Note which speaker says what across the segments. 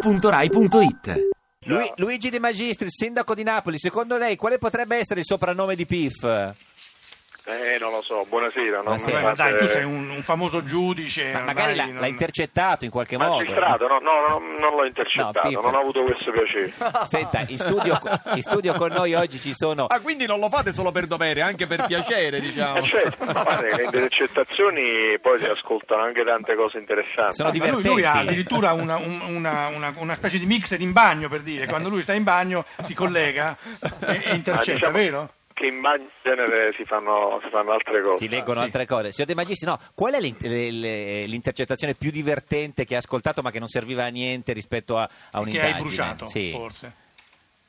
Speaker 1: radio2pod.rai.it
Speaker 2: Lui- Luigi De Magistri, sindaco di Napoli, secondo lei quale potrebbe essere il soprannome di Pif?
Speaker 3: Eh, non lo so, buonasera. Non
Speaker 2: Buonasera.
Speaker 3: mi
Speaker 2: Sì.
Speaker 4: Vabbè, ma dai, tu sei un, un famoso giudice.
Speaker 2: Ma
Speaker 4: Eh, ormai
Speaker 2: magari l'ha,
Speaker 4: non-
Speaker 2: l'ha intercettato in qualche modo.
Speaker 3: Magistrato, no, no, no, non l'ho intercettato,
Speaker 2: Pippo.
Speaker 3: non ho avuto questo piacere.
Speaker 2: Ah, Senta, in studio, in studio con noi oggi ci sono...
Speaker 5: Ah, quindi non lo fate solo per dovere, anche per piacere,
Speaker 3: Eh,
Speaker 5: diciamo.
Speaker 3: certo, no, ma le intercettazioni poi si ascoltano anche tante cose interessanti. Ah,
Speaker 2: Sono
Speaker 4: Ma lui, lui ha
Speaker 2: divertenti.
Speaker 4: addirittura una, un- una- una- una specie di mixer in bagno per dire, quando lui sta in bagno si collega e, e
Speaker 3: Ma
Speaker 4: intercetta,
Speaker 3: diciamo
Speaker 4: vero?
Speaker 3: Che in bagno in genere si fanno, si fanno altre cose.
Speaker 2: Si leggono altre cose. Signor De Magistri, no, qual è l'in- le- le- l'intercettazione più divertente che ha ascoltato ma che non serviva a niente rispetto a, a
Speaker 4: Che hai
Speaker 2: un'indagine?
Speaker 4: bruciato,
Speaker 2: Sì.
Speaker 4: forse.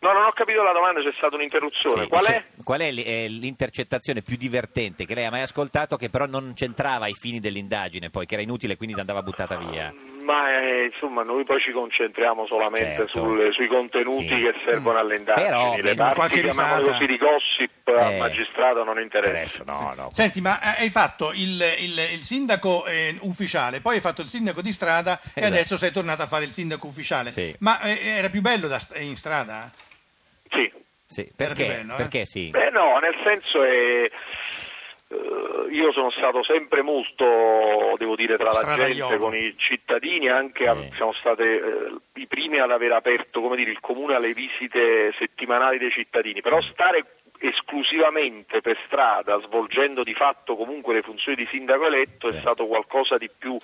Speaker 3: No, non ho capito la domanda, c'è stata un'interruzione.
Speaker 2: Sì,
Speaker 3: Qual
Speaker 2: dice-
Speaker 3: è?
Speaker 2: qual è l- eh, l'intercettazione più divertente che lei ha mai ascoltato che però non c'entrava ai fini dell'indagine poi, che era inutile quindi andava buttata via?
Speaker 3: Ma eh, insomma, noi poi ci concentriamo solamente
Speaker 2: Certo.
Speaker 3: sul- sui contenuti
Speaker 2: Sì.
Speaker 3: che servono alle indagini.
Speaker 2: Però,
Speaker 3: Le
Speaker 2: sì,
Speaker 3: parti
Speaker 4: qualche
Speaker 3: chiamiamole
Speaker 4: risata.
Speaker 3: così di gossip
Speaker 2: Eh.
Speaker 3: al magistrato non interessa.
Speaker 2: Adesso no, no.
Speaker 4: Senti, ma eh, hai fatto il, il- il sindaco eh, ufficiale, poi hai fatto il sindaco di strada e
Speaker 2: Esatto.
Speaker 4: adesso sei tornato a fare il sindaco ufficiale.
Speaker 2: Sì.
Speaker 4: Ma eh, era più bello da st- in strada?
Speaker 3: Sì.
Speaker 2: Sì,
Speaker 4: Era
Speaker 2: perché?
Speaker 4: più bello, eh?
Speaker 2: Perché sì?
Speaker 3: Beh no, nel senso è... eh, Io sono stato sempre molto, devo dire, tra la
Speaker 4: Stradaiono.
Speaker 3: gente, con i cittadini, anche a-
Speaker 2: Sì.
Speaker 3: siamo stati i primi ad aver aperto come dire, il comune alle visite settimanali dei cittadini, però stare esclusivamente per strada, svolgendo di fatto comunque le funzioni di sindaco eletto,
Speaker 2: Sì.
Speaker 3: è stato qualcosa di più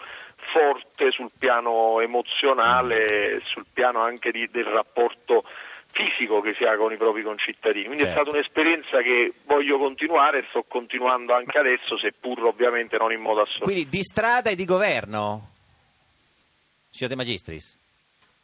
Speaker 3: forte sul piano emozionale, sul piano anche di- del rapporto fisico che si ha con i propri concittadini. Quindi
Speaker 2: Certo.
Speaker 3: è stata un'esperienza che voglio continuare e sto continuando anche adesso, seppur ovviamente non in modo assoluto.
Speaker 2: Quindi di strada e di governo? Signor De Magistris?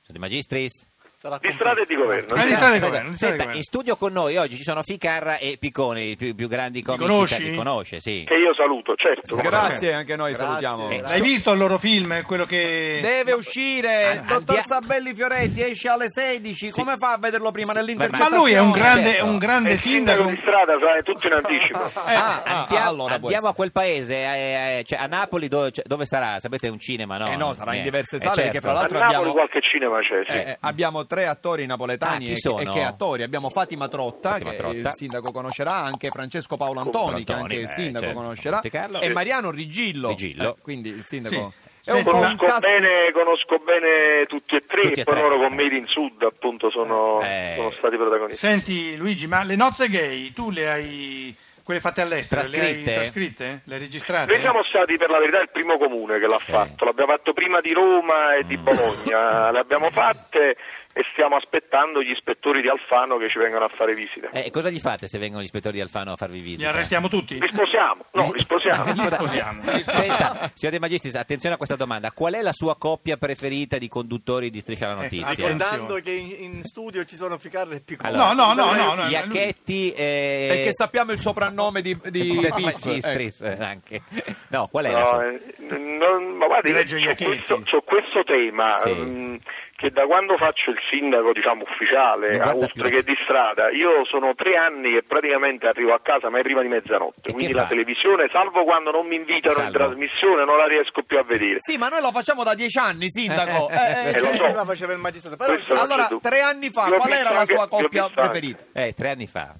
Speaker 2: Signor De Magistris?
Speaker 3: Di strada e di governo.
Speaker 4: Ma di
Speaker 3: sì.
Speaker 4: strada e di governo, di strada e di
Speaker 2: Senta,
Speaker 4: governo.
Speaker 2: in studio con noi oggi ci sono Ficarra e Piccone, i più, più grandi comici
Speaker 4: conosci?
Speaker 2: che conosce, sì.
Speaker 3: Che io saluto, certo. come no.
Speaker 5: Grazie, anche noi
Speaker 6: Grazie.
Speaker 5: salutiamo.
Speaker 2: Eh,
Speaker 4: L'hai visto il loro film, eh, quello che...
Speaker 6: Deve uscire,
Speaker 2: Ah,
Speaker 6: dottor
Speaker 2: dia-
Speaker 6: Sabelli Fioretti esce alle 16, come fa a vederlo prima
Speaker 2: Sì,
Speaker 4: Ma
Speaker 6: nell'intercettazione?
Speaker 4: Cioè, lui è un grande,
Speaker 2: certo.
Speaker 4: un grande
Speaker 3: E il sindaco
Speaker 4: sindaco.
Speaker 3: di strada sai, tutto in anticipo.
Speaker 4: Eh,
Speaker 2: Ah,
Speaker 5: ah,
Speaker 2: andiamo,
Speaker 5: allora può
Speaker 2: andiamo
Speaker 5: essere.
Speaker 2: a quel paese, eh, eh, cioè, a Napoli dove, cioè, dove sarà? Sapete è un cinema, no?
Speaker 5: Eh no, sarà in
Speaker 2: Eh,
Speaker 5: diverse
Speaker 2: eh,
Speaker 5: sale, perché fra
Speaker 3: A
Speaker 5: l'altro
Speaker 3: Napoli
Speaker 5: abbiamo-
Speaker 3: qualche cinema c'è, sì.
Speaker 5: Eh, eh, abbiamo tre attori
Speaker 2: Ah,
Speaker 5: napoletani
Speaker 2: chi
Speaker 5: e-
Speaker 2: sono?
Speaker 5: e, che attori? Abbiamo Fatima Trotta,
Speaker 2: Fatima
Speaker 5: che
Speaker 2: Trotta.
Speaker 5: il sindaco conoscerà, anche Francesco Paolo
Speaker 2: Paolo
Speaker 5: Antoni, che anche
Speaker 2: Antoni,
Speaker 5: il
Speaker 2: eh,
Speaker 5: sindaco
Speaker 2: certo,
Speaker 5: conoscerà,
Speaker 2: Monte Carlo.
Speaker 5: e Mariano Rigillo.
Speaker 2: Rigillo.
Speaker 5: Eh, quindi il sindaco...
Speaker 4: Sì.
Speaker 5: È un
Speaker 4: Senti,
Speaker 5: po'
Speaker 4: ma-
Speaker 5: un
Speaker 3: Conosco,
Speaker 5: cast-
Speaker 3: bene, conosco bene tutti e tre,
Speaker 2: Tutti e
Speaker 3: poi
Speaker 2: tre.
Speaker 3: loro con Made in Sud appunto sono,
Speaker 2: Eh.
Speaker 3: sono stati protagonisti.
Speaker 4: Senti Luigi, ma le nozze gay tu le hai, quelle fatte all'estero, le
Speaker 2: Trascritte?
Speaker 4: hai trascritte? Le hai registrate?
Speaker 3: Noi siamo stati per la verità il primo comune che l'ha
Speaker 2: Sì.
Speaker 3: fatto, l'abbiamo fatto prima di Roma e di
Speaker 2: Mm.
Speaker 3: Bologna, le abbiamo fatte e stiamo aspettando gli ispettori di Alfano che ci vengano a fare visite.
Speaker 2: Eh, cosa gli fate se vengono gli ispettori di Alfano a farvi
Speaker 4: Li
Speaker 2: visita?
Speaker 4: arrestiamo tutti?
Speaker 2: eh,
Speaker 3: Li sposiamo, no, li sposiamo.
Speaker 4: Li sposiamo.
Speaker 2: Senta, signor De Magistris, attenzione a questa domanda. Qual è la sua coppia preferita di conduttori di Striscia la
Speaker 4: Ecco,
Speaker 2: Notizia?
Speaker 4: attenzione.
Speaker 6: Ricordando che in, in studio ci sono Ficarra e Piccone.
Speaker 2: Allora,
Speaker 4: no, no, no, no, no.
Speaker 2: Iacchetti e...
Speaker 5: eh, Perché sappiamo il soprannome di, di ecco.
Speaker 2: De
Speaker 5: Piff,
Speaker 2: Magistris eh, anche. No, qual è la
Speaker 3: No,
Speaker 2: sua?
Speaker 3: eh, non- ma guardi,
Speaker 4: Reggio
Speaker 3: c'ho
Speaker 4: Iacchetti.
Speaker 3: questo, c'ho questo tema
Speaker 2: Sì.
Speaker 3: mm, che da quando faccio il sindaco diciamo
Speaker 2: Non
Speaker 3: ufficiale,
Speaker 2: guarda
Speaker 3: oltre
Speaker 2: più.
Speaker 3: che di strada, io sono tre anni che praticamente arrivo a casa ma è prima di mezzanotte,
Speaker 2: E
Speaker 3: quindi
Speaker 2: che
Speaker 3: la
Speaker 2: fa?
Speaker 3: televisione, salvo quando non mi invitano
Speaker 2: Salvo.
Speaker 3: in trasmissione, non la riesco più a vedere.
Speaker 5: Sì, ma noi lo facciamo da dieci anni, sindaco. Eh, eh,
Speaker 3: Eh, lo so.
Speaker 6: prima faceva il magistrato, però
Speaker 3: Questo-
Speaker 5: Allora,
Speaker 3: Sono
Speaker 5: tre anni fa,
Speaker 3: Io ho
Speaker 5: qual
Speaker 3: visto
Speaker 5: era la
Speaker 3: anche-
Speaker 5: sua
Speaker 3: io ho
Speaker 5: coppia
Speaker 3: visto anche-
Speaker 5: preferita?
Speaker 2: Eh, tre anni fa.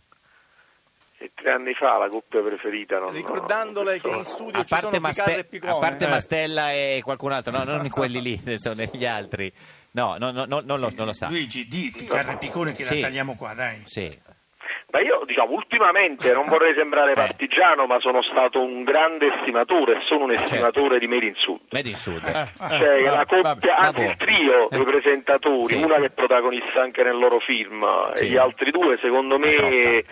Speaker 3: E tre anni fa la coppia preferita non
Speaker 6: ricordandole che in
Speaker 3: non-
Speaker 6: studio
Speaker 2: A
Speaker 6: ci sono
Speaker 2: parte, Maste-
Speaker 6: Ficarra e Piccone.
Speaker 2: a parte
Speaker 6: Eh.
Speaker 2: Mastella e qualcun altro, no, non quelli lì, sono gli altri. No, no, no, no, non, lo, non lo sa.
Speaker 4: Luigi, di di Carre Piccone che
Speaker 2: Sì.
Speaker 4: la tagliamo qua, dai.
Speaker 2: Sì.
Speaker 3: Ma io diciamo ultimamente non vorrei sembrare
Speaker 2: Eh.
Speaker 3: partigiano, ma sono stato un grande estimatore e sono un
Speaker 2: certo.
Speaker 3: estimatore di Made in Sud.
Speaker 2: Made in Sud.
Speaker 3: Cioè,
Speaker 5: Eh,
Speaker 3: la
Speaker 5: vabbè,
Speaker 3: coppia,
Speaker 5: vabbè,
Speaker 3: anzi il
Speaker 2: vabbè.
Speaker 3: trio
Speaker 2: Eh.
Speaker 3: dei presentatori,
Speaker 2: Sì.
Speaker 3: una che è protagonista anche nel loro film
Speaker 2: Sì.
Speaker 3: e gli altri due, secondo me,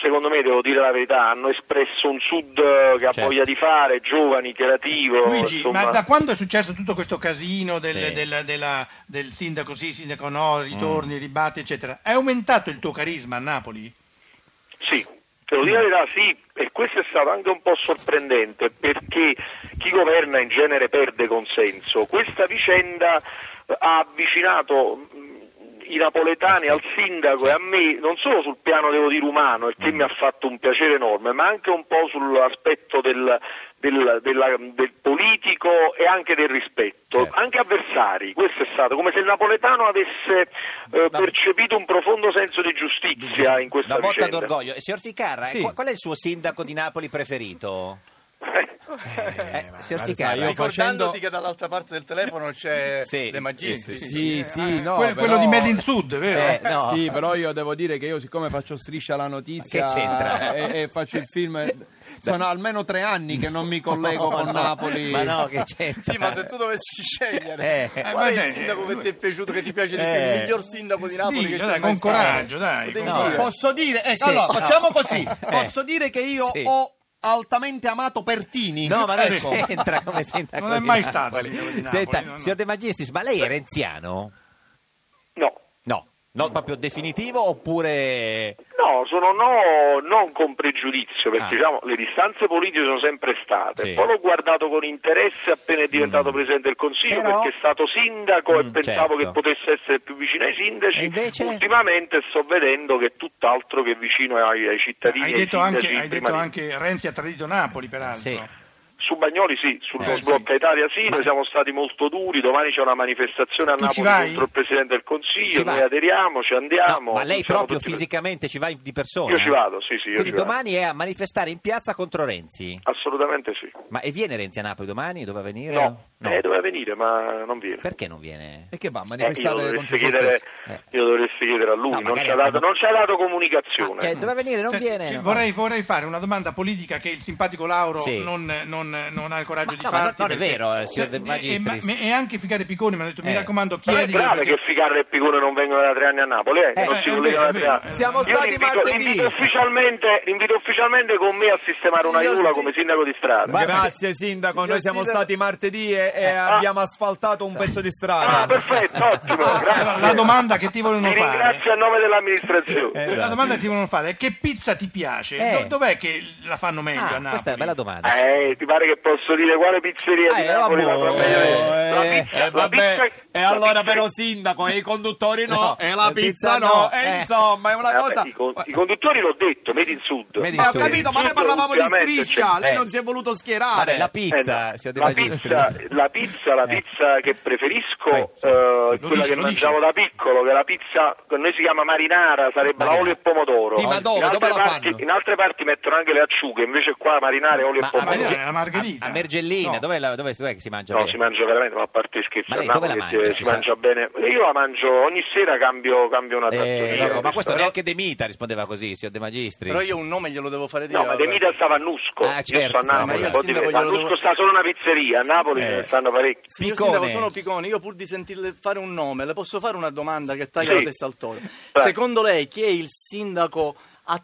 Speaker 3: secondo me, devo dire la verità, hanno espresso un sud eh, che
Speaker 2: Certo.
Speaker 3: ha voglia di fare, giovani, creativo,
Speaker 4: Luigi,
Speaker 3: insomma.
Speaker 4: ma da quando è successo tutto questo casino del,
Speaker 2: Sì. Mm.
Speaker 4: del- della- del sindaco sì, sindaco no, ritorni, ribatti, eccetera, è aumentato il tuo carisma a Napoli?
Speaker 3: Sì, devo dire la verità, sì, e questo è stato anche un po' sorprendente perché chi governa in genere perde consenso. Questa vicenda ha avvicinato mh, i
Speaker 2: Eh
Speaker 3: napoletani
Speaker 2: sì.
Speaker 3: al sindaco e a me, non solo sul piano devo dire umano,
Speaker 2: Mm.
Speaker 3: perché mi ha fatto un piacere enorme, ma anche un po' sull'aspetto del, del- della- del politico e anche del rispetto,
Speaker 2: Certo.
Speaker 3: anche avversari, questo è stato come se il napoletano avesse eh, percepito un profondo senso di giustizia in questa
Speaker 2: Una botta
Speaker 3: vicenda.
Speaker 2: d'orgoglio. E signor Ficarra, eh,
Speaker 5: Sì.
Speaker 2: qu- qual è il suo sindaco di Napoli preferito? Eh, signor
Speaker 5: sai,
Speaker 2: Ficarra,
Speaker 5: io- facendo-
Speaker 6: Ricordandoti che dall'altra parte del telefono c'è
Speaker 2: Sì.
Speaker 6: De Magistris.
Speaker 5: Sì, sì, no,
Speaker 4: Que- quello
Speaker 5: però-
Speaker 4: di Made in Sud, vero?
Speaker 2: Eh, no.
Speaker 5: Sì, però io devo dire che io siccome faccio striscia la notizia
Speaker 2: Ma che c'entra?
Speaker 5: e, e faccio il film sono almeno tre anni che non mi collego con
Speaker 2: No, no.
Speaker 5: Napoli.
Speaker 2: Ma no, che c'entra?
Speaker 6: Sì, ma se tu dovessi scegliere,
Speaker 2: Eh.
Speaker 4: Eh,
Speaker 6: qual
Speaker 4: ma
Speaker 6: è
Speaker 4: dai,
Speaker 6: il sindaco che
Speaker 4: lui-
Speaker 6: ti è piaciuto, che ti piace di più?
Speaker 2: Eh.
Speaker 6: Il miglior sindaco di Napoli
Speaker 4: Dici,
Speaker 6: che
Speaker 4: dai,
Speaker 6: c'è
Speaker 4: con
Speaker 6: mai stato.
Speaker 4: coraggio, dai.
Speaker 6: Potevi
Speaker 4: con
Speaker 2: No,
Speaker 6: dire.
Speaker 2: po-
Speaker 5: Posso dire, eh,
Speaker 2: Sì,
Speaker 5: allora
Speaker 2: no.
Speaker 5: facciamo così,
Speaker 2: Eh,
Speaker 5: posso dire che io
Speaker 2: sì.
Speaker 5: ho altamente amato Pertini.
Speaker 2: No, ma non
Speaker 4: Ecco.
Speaker 2: c'entra come sindaco
Speaker 4: Non è
Speaker 2: di
Speaker 4: mai
Speaker 2: Napoli.
Speaker 4: stato il sindaco di Napoli,
Speaker 2: Senta,
Speaker 4: no, no.
Speaker 2: signor De Magistris, ma lei è renziano?
Speaker 3: No.
Speaker 2: No. Non proprio definitivo oppure...
Speaker 3: No, sono no, non con pregiudizio, perché
Speaker 2: Ah.
Speaker 3: diciamo, le distanze politiche sono sempre state.
Speaker 2: Sì.
Speaker 3: Poi l'ho guardato con interesse appena è diventato Presidente del Consiglio,
Speaker 2: Però-
Speaker 3: perché è stato sindaco e
Speaker 2: Mm, certo.
Speaker 3: pensavo che potesse essere più vicino ai sindaci.
Speaker 2: E invece?
Speaker 3: Ultimamente sto vedendo che è tutt'altro che vicino ai, ai cittadini.
Speaker 4: Eh, Hai
Speaker 3: ai
Speaker 4: detto, anche,
Speaker 3: sindaci
Speaker 4: hai
Speaker 3: prima
Speaker 4: detto
Speaker 3: di-
Speaker 4: anche Renzi ha tradito Napoli, peraltro.
Speaker 2: Sì.
Speaker 3: Su Bagnoli sì, sul
Speaker 4: Eh, sì.
Speaker 3: sblocca Italia sì, noi siamo stati molto duri, domani c'è una manifestazione a
Speaker 4: Tu ci
Speaker 3: Napoli
Speaker 4: vai?
Speaker 3: contro il Presidente del
Speaker 2: Ci
Speaker 3: Consiglio,
Speaker 2: vai?
Speaker 3: noi aderiamo, ci andiamo.
Speaker 2: No, ma lei
Speaker 3: siamo
Speaker 2: proprio
Speaker 3: tutti-
Speaker 2: fisicamente ci va di persona?
Speaker 3: Io ci vado, sì, sì, io
Speaker 2: Quindi
Speaker 3: ci vado.
Speaker 2: domani è a manifestare in piazza contro Renzi?
Speaker 3: Assolutamente sì.
Speaker 2: Ma e viene Renzi a Napoli domani? Doveva venire?
Speaker 3: No, Eh, doveva venire, ma non viene.
Speaker 2: Perché non viene? Ah,
Speaker 5: E che va a
Speaker 3: Eh, io,
Speaker 5: manifestare
Speaker 3: dovresti
Speaker 5: contro se
Speaker 3: chiedere,
Speaker 5: stesso?
Speaker 2: stesso.
Speaker 3: io dovresti chiedere a lui,
Speaker 2: No,
Speaker 3: non,
Speaker 2: magari
Speaker 3: ci ha dato,
Speaker 2: hanno-
Speaker 3: non ci ha dato
Speaker 2: Ah,
Speaker 3: comunicazione.
Speaker 2: cioè, doveva venire, non
Speaker 4: Senti,
Speaker 2: viene.
Speaker 4: sì,
Speaker 2: No.
Speaker 4: vorrei, vorrei fare una domanda politica che il simpatico Lauro
Speaker 2: Sì.
Speaker 4: non, non- non ha il coraggio
Speaker 2: Ma
Speaker 4: di
Speaker 2: no, ma
Speaker 4: fare.
Speaker 2: non è vero, eh, signor De Magistris.
Speaker 4: E, anche Figare Piccone mi hanno detto, mi
Speaker 2: Eh.
Speaker 4: raccomando,
Speaker 3: Però è
Speaker 4: chiedi.
Speaker 3: grave che Ficarra e Picone non vengono da tre anni a Napoli, eh, che
Speaker 2: Eh,
Speaker 3: non
Speaker 4: eh,
Speaker 3: si
Speaker 4: è
Speaker 3: collegano da
Speaker 4: vero,
Speaker 3: tre
Speaker 4: è vero.
Speaker 3: anni.
Speaker 5: Siamo
Speaker 4: Io
Speaker 3: Io
Speaker 5: stati
Speaker 3: l'invito, l'invito
Speaker 5: martedì.
Speaker 3: ufficialmente, l'invito ufficialmente con me a sistemare una
Speaker 6: Io
Speaker 3: iula
Speaker 6: sì.
Speaker 3: come sindaco di strada.
Speaker 5: Ma- Grazie sindaco, noi siamo
Speaker 6: Sindaco-
Speaker 5: stati martedì e, e abbiamo asfaltato un pezzo di strada.
Speaker 3: Ah, perfetto, ottimo,
Speaker 4: La, la
Speaker 3: grazie.
Speaker 4: domanda che ti vogliono
Speaker 3: Ti
Speaker 4: fare. Eh,
Speaker 3: ringrazio a nome dell'amministrazione.
Speaker 4: La domanda che ti vogliono fare è che pizza ti piace?
Speaker 2: Eh.
Speaker 4: Do- Dov'è che la fanno meglio a
Speaker 2: Ah,
Speaker 4: Napoli?
Speaker 2: questa è una bella domanda.
Speaker 3: Eh, ti pare che posso dire quale pizzeria
Speaker 2: Eh,
Speaker 3: di Napoli la fa
Speaker 2: vabbè,
Speaker 3: meglio?
Speaker 2: eh,
Speaker 3: La
Speaker 5: Eh,
Speaker 3: pizza-
Speaker 5: eh,
Speaker 3: la
Speaker 5: vabbè.
Speaker 3: pizza-
Speaker 5: e
Speaker 3: la
Speaker 5: allora
Speaker 3: pizza-
Speaker 5: però sindaco e i conduttori no,
Speaker 2: No,
Speaker 5: e la pizza no, e
Speaker 2: eh.
Speaker 5: insomma è una
Speaker 3: Eh, vabbè,
Speaker 5: cosa
Speaker 3: i, con- i conduttori l'ho detto, Made in Sud.
Speaker 2: Made in
Speaker 5: ma ho
Speaker 2: Sud.
Speaker 5: capito ma noi parlavamo di
Speaker 3: Ovviamente,
Speaker 5: striscia
Speaker 3: cioè,
Speaker 5: lei
Speaker 2: eh.
Speaker 5: non si è voluto
Speaker 2: Vabbè,
Speaker 5: schierare
Speaker 2: la
Speaker 3: Eh,
Speaker 2: pizza, signor De
Speaker 3: la,
Speaker 2: Magistris.
Speaker 3: pizza, la pizza, la
Speaker 2: Eh.
Speaker 3: pizza che preferisco
Speaker 2: Eh, sì.
Speaker 3: eh, è
Speaker 4: Lo
Speaker 3: quella
Speaker 4: dice,
Speaker 3: che
Speaker 4: lo
Speaker 3: mangiavo
Speaker 4: dice.
Speaker 3: da piccolo, che la pizza che noi si chiama marinara, sarebbe la
Speaker 2: Marinara.
Speaker 3: olio e pomodoro.
Speaker 5: Sì, ma dove?
Speaker 3: In altre,
Speaker 5: Dove la
Speaker 3: parti,
Speaker 5: fanno?
Speaker 3: in altre parti mettono anche le acciughe, invece qua marinara e olio
Speaker 2: Ma a,
Speaker 3: e
Speaker 4: Ma ah,
Speaker 3: pomodoro.
Speaker 4: Merge- la margherita.
Speaker 2: a- a Mergellina,
Speaker 4: No.
Speaker 2: dov'è, la- dov'è- dov'è che si mangia?
Speaker 3: No,
Speaker 2: bene?
Speaker 3: si mangia veramente, ma a parte scherzi,
Speaker 2: Ma lei
Speaker 3: a
Speaker 2: dove la
Speaker 3: Napoli
Speaker 2: mangia?
Speaker 3: si- eh, si
Speaker 2: Sa-
Speaker 3: mangia bene. Io la mangio ogni sera, cambio, cambio una
Speaker 2: Eh,
Speaker 3: trattoria.
Speaker 2: no, ma questo
Speaker 3: Però-
Speaker 2: neanche De Mita rispondeva così, signor De Magistris.
Speaker 6: Però io un nome glielo devo fare dire.
Speaker 3: No, ma De
Speaker 6: vabbè.
Speaker 3: Mita stava a Nusco,
Speaker 2: Ah,
Speaker 3: io
Speaker 2: certo,
Speaker 3: sto a
Speaker 2: ma
Speaker 3: Napoli,
Speaker 2: io
Speaker 3: un
Speaker 2: al
Speaker 3: po' diverso.
Speaker 6: sindaco
Speaker 3: A
Speaker 6: glielo
Speaker 3: Nusco
Speaker 6: devo-
Speaker 3: sta solo una pizzeria, a Napoli
Speaker 2: Eh.
Speaker 3: ne stanno parecchi.
Speaker 6: Signor
Speaker 2: Piccone.
Speaker 6: Sindaco, sono Piccone, io pur di sentirle fare un nome, le posso fare una domanda che taglia
Speaker 3: Sì.
Speaker 6: la testa al toro.
Speaker 3: Vai.
Speaker 6: Secondo lei chi è il sindaco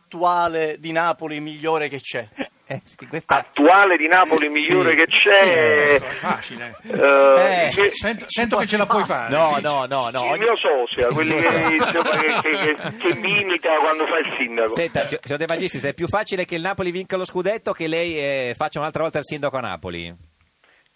Speaker 6: attuale di Napoli migliore che c'è?
Speaker 2: Eh, sì, questa-
Speaker 3: attuale di Napoli migliore
Speaker 2: Sì.
Speaker 3: che c'è.
Speaker 4: Sì, è facile.
Speaker 3: eh,
Speaker 2: Eh.
Speaker 3: che-
Speaker 4: Sento, sento che ce la puoi
Speaker 5: Ah,
Speaker 4: fare.
Speaker 2: No,
Speaker 4: sì.
Speaker 2: no, no, no.
Speaker 3: il mio sosia, quelli che,
Speaker 2: Sosia.
Speaker 3: insomma, che, che- che- che mi imita quando fa il sindaco.
Speaker 2: Senta, si- signor De Magistris, è più facile che il Napoli vinca lo scudetto che lei eh, faccia un'altra volta il sindaco a Napoli?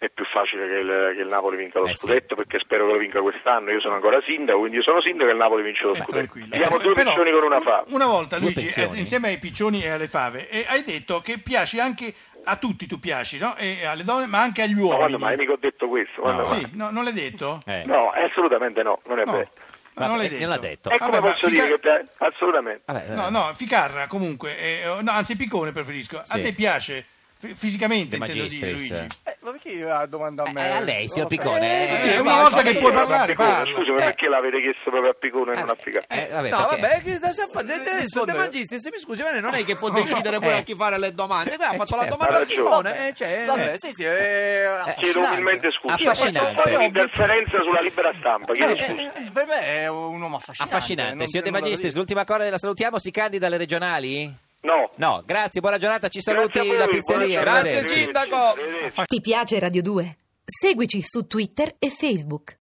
Speaker 3: È più facile che il, che il Napoli vinca lo
Speaker 2: Eh, sì.
Speaker 3: scudetto perché spero che lo vinca quest'anno. Io sono ancora sindaco, quindi io sono sindaco e il Napoli vince lo
Speaker 4: Eh,
Speaker 3: scudetto.
Speaker 4: tranquillo.
Speaker 3: Diamo due
Speaker 4: Però,
Speaker 3: piccioni con una fa.
Speaker 4: Una volta,
Speaker 2: Due
Speaker 4: Luigi,
Speaker 2: pensioni.
Speaker 4: eh, insieme ai piccioni e alle fave, e hai detto che piaci anche a tutti, tu piaci, no? E alle donne, ma anche agli
Speaker 3: Ma
Speaker 4: uomini.
Speaker 3: quando mai mica ho detto questo? Quando
Speaker 2: No.
Speaker 3: mai?
Speaker 4: Sì, no, non l'hai detto?
Speaker 2: Eh.
Speaker 3: No, assolutamente no, non è
Speaker 4: No,
Speaker 3: vero.
Speaker 4: no, non l'hai
Speaker 2: Vabbè,
Speaker 4: detto.
Speaker 2: non l'ha detto.
Speaker 3: E Eh come
Speaker 4: Vabbè, ma
Speaker 3: posso
Speaker 4: Fica-
Speaker 3: dire che pia- assolutamente?
Speaker 2: Vabbè,
Speaker 4: No,
Speaker 2: eh,
Speaker 4: no, Ficarra comunque, eh, no, anzi Piccone preferisco. A
Speaker 2: Sì.
Speaker 4: te piace? F-
Speaker 2: De
Speaker 4: fisicamente intendo dire,
Speaker 2: Magistris.
Speaker 4: Luigi.
Speaker 6: Eh, ma perché la domanda a me?
Speaker 2: Eh, a lei, signor
Speaker 6: Non lo
Speaker 2: Piccone,
Speaker 6: so.
Speaker 4: Eh,
Speaker 2: eh,
Speaker 4: è una
Speaker 2: ma-
Speaker 4: volta
Speaker 2: ma
Speaker 4: che
Speaker 2: io-
Speaker 4: puoi
Speaker 2: ma
Speaker 4: parlare, parla.
Speaker 3: Scusami, perché l'avete chiesto proprio a Picone e non a Ficarra?
Speaker 2: Eh, vabbè,
Speaker 5: No,
Speaker 2: perché-
Speaker 5: vabbè, che cosa fa? Adesso De
Speaker 6: Rispondere.
Speaker 5: Magistris, mi scusi, ma lei non è che può decidere pure a chi fare le domande. Lei ha
Speaker 2: Eh,
Speaker 5: fatto la
Speaker 2: certo.
Speaker 5: domanda a
Speaker 3: Ha ragione.
Speaker 5: Piccone, eh, cioè,
Speaker 6: Vabbè, sì, sì, eh,
Speaker 3: Chiedo umilmente scusa. Io faccio un
Speaker 2: Affascinante.
Speaker 3: po' di interferenza sulla libera stampa, chiedo
Speaker 6: eh,
Speaker 3: scusa.
Speaker 6: eh, per me è un uomo affascinante.
Speaker 2: Affascinante.
Speaker 6: non-
Speaker 2: Signor De
Speaker 6: non lo
Speaker 2: Magistris,
Speaker 6: dico.
Speaker 2: l'ultima cosa la salutiamo, si candida alle regionali?
Speaker 3: No.
Speaker 2: No, grazie, buona giornata, ci saluti
Speaker 3: Grazie a voi,
Speaker 2: la
Speaker 3: buona
Speaker 2: pizzeria.
Speaker 3: giornata.
Speaker 5: Grazie,
Speaker 2: arrivederci.
Speaker 5: sindaco.
Speaker 3: Arrivederci.
Speaker 1: Ti piace Radio 2? Seguici su Twitter e Facebook.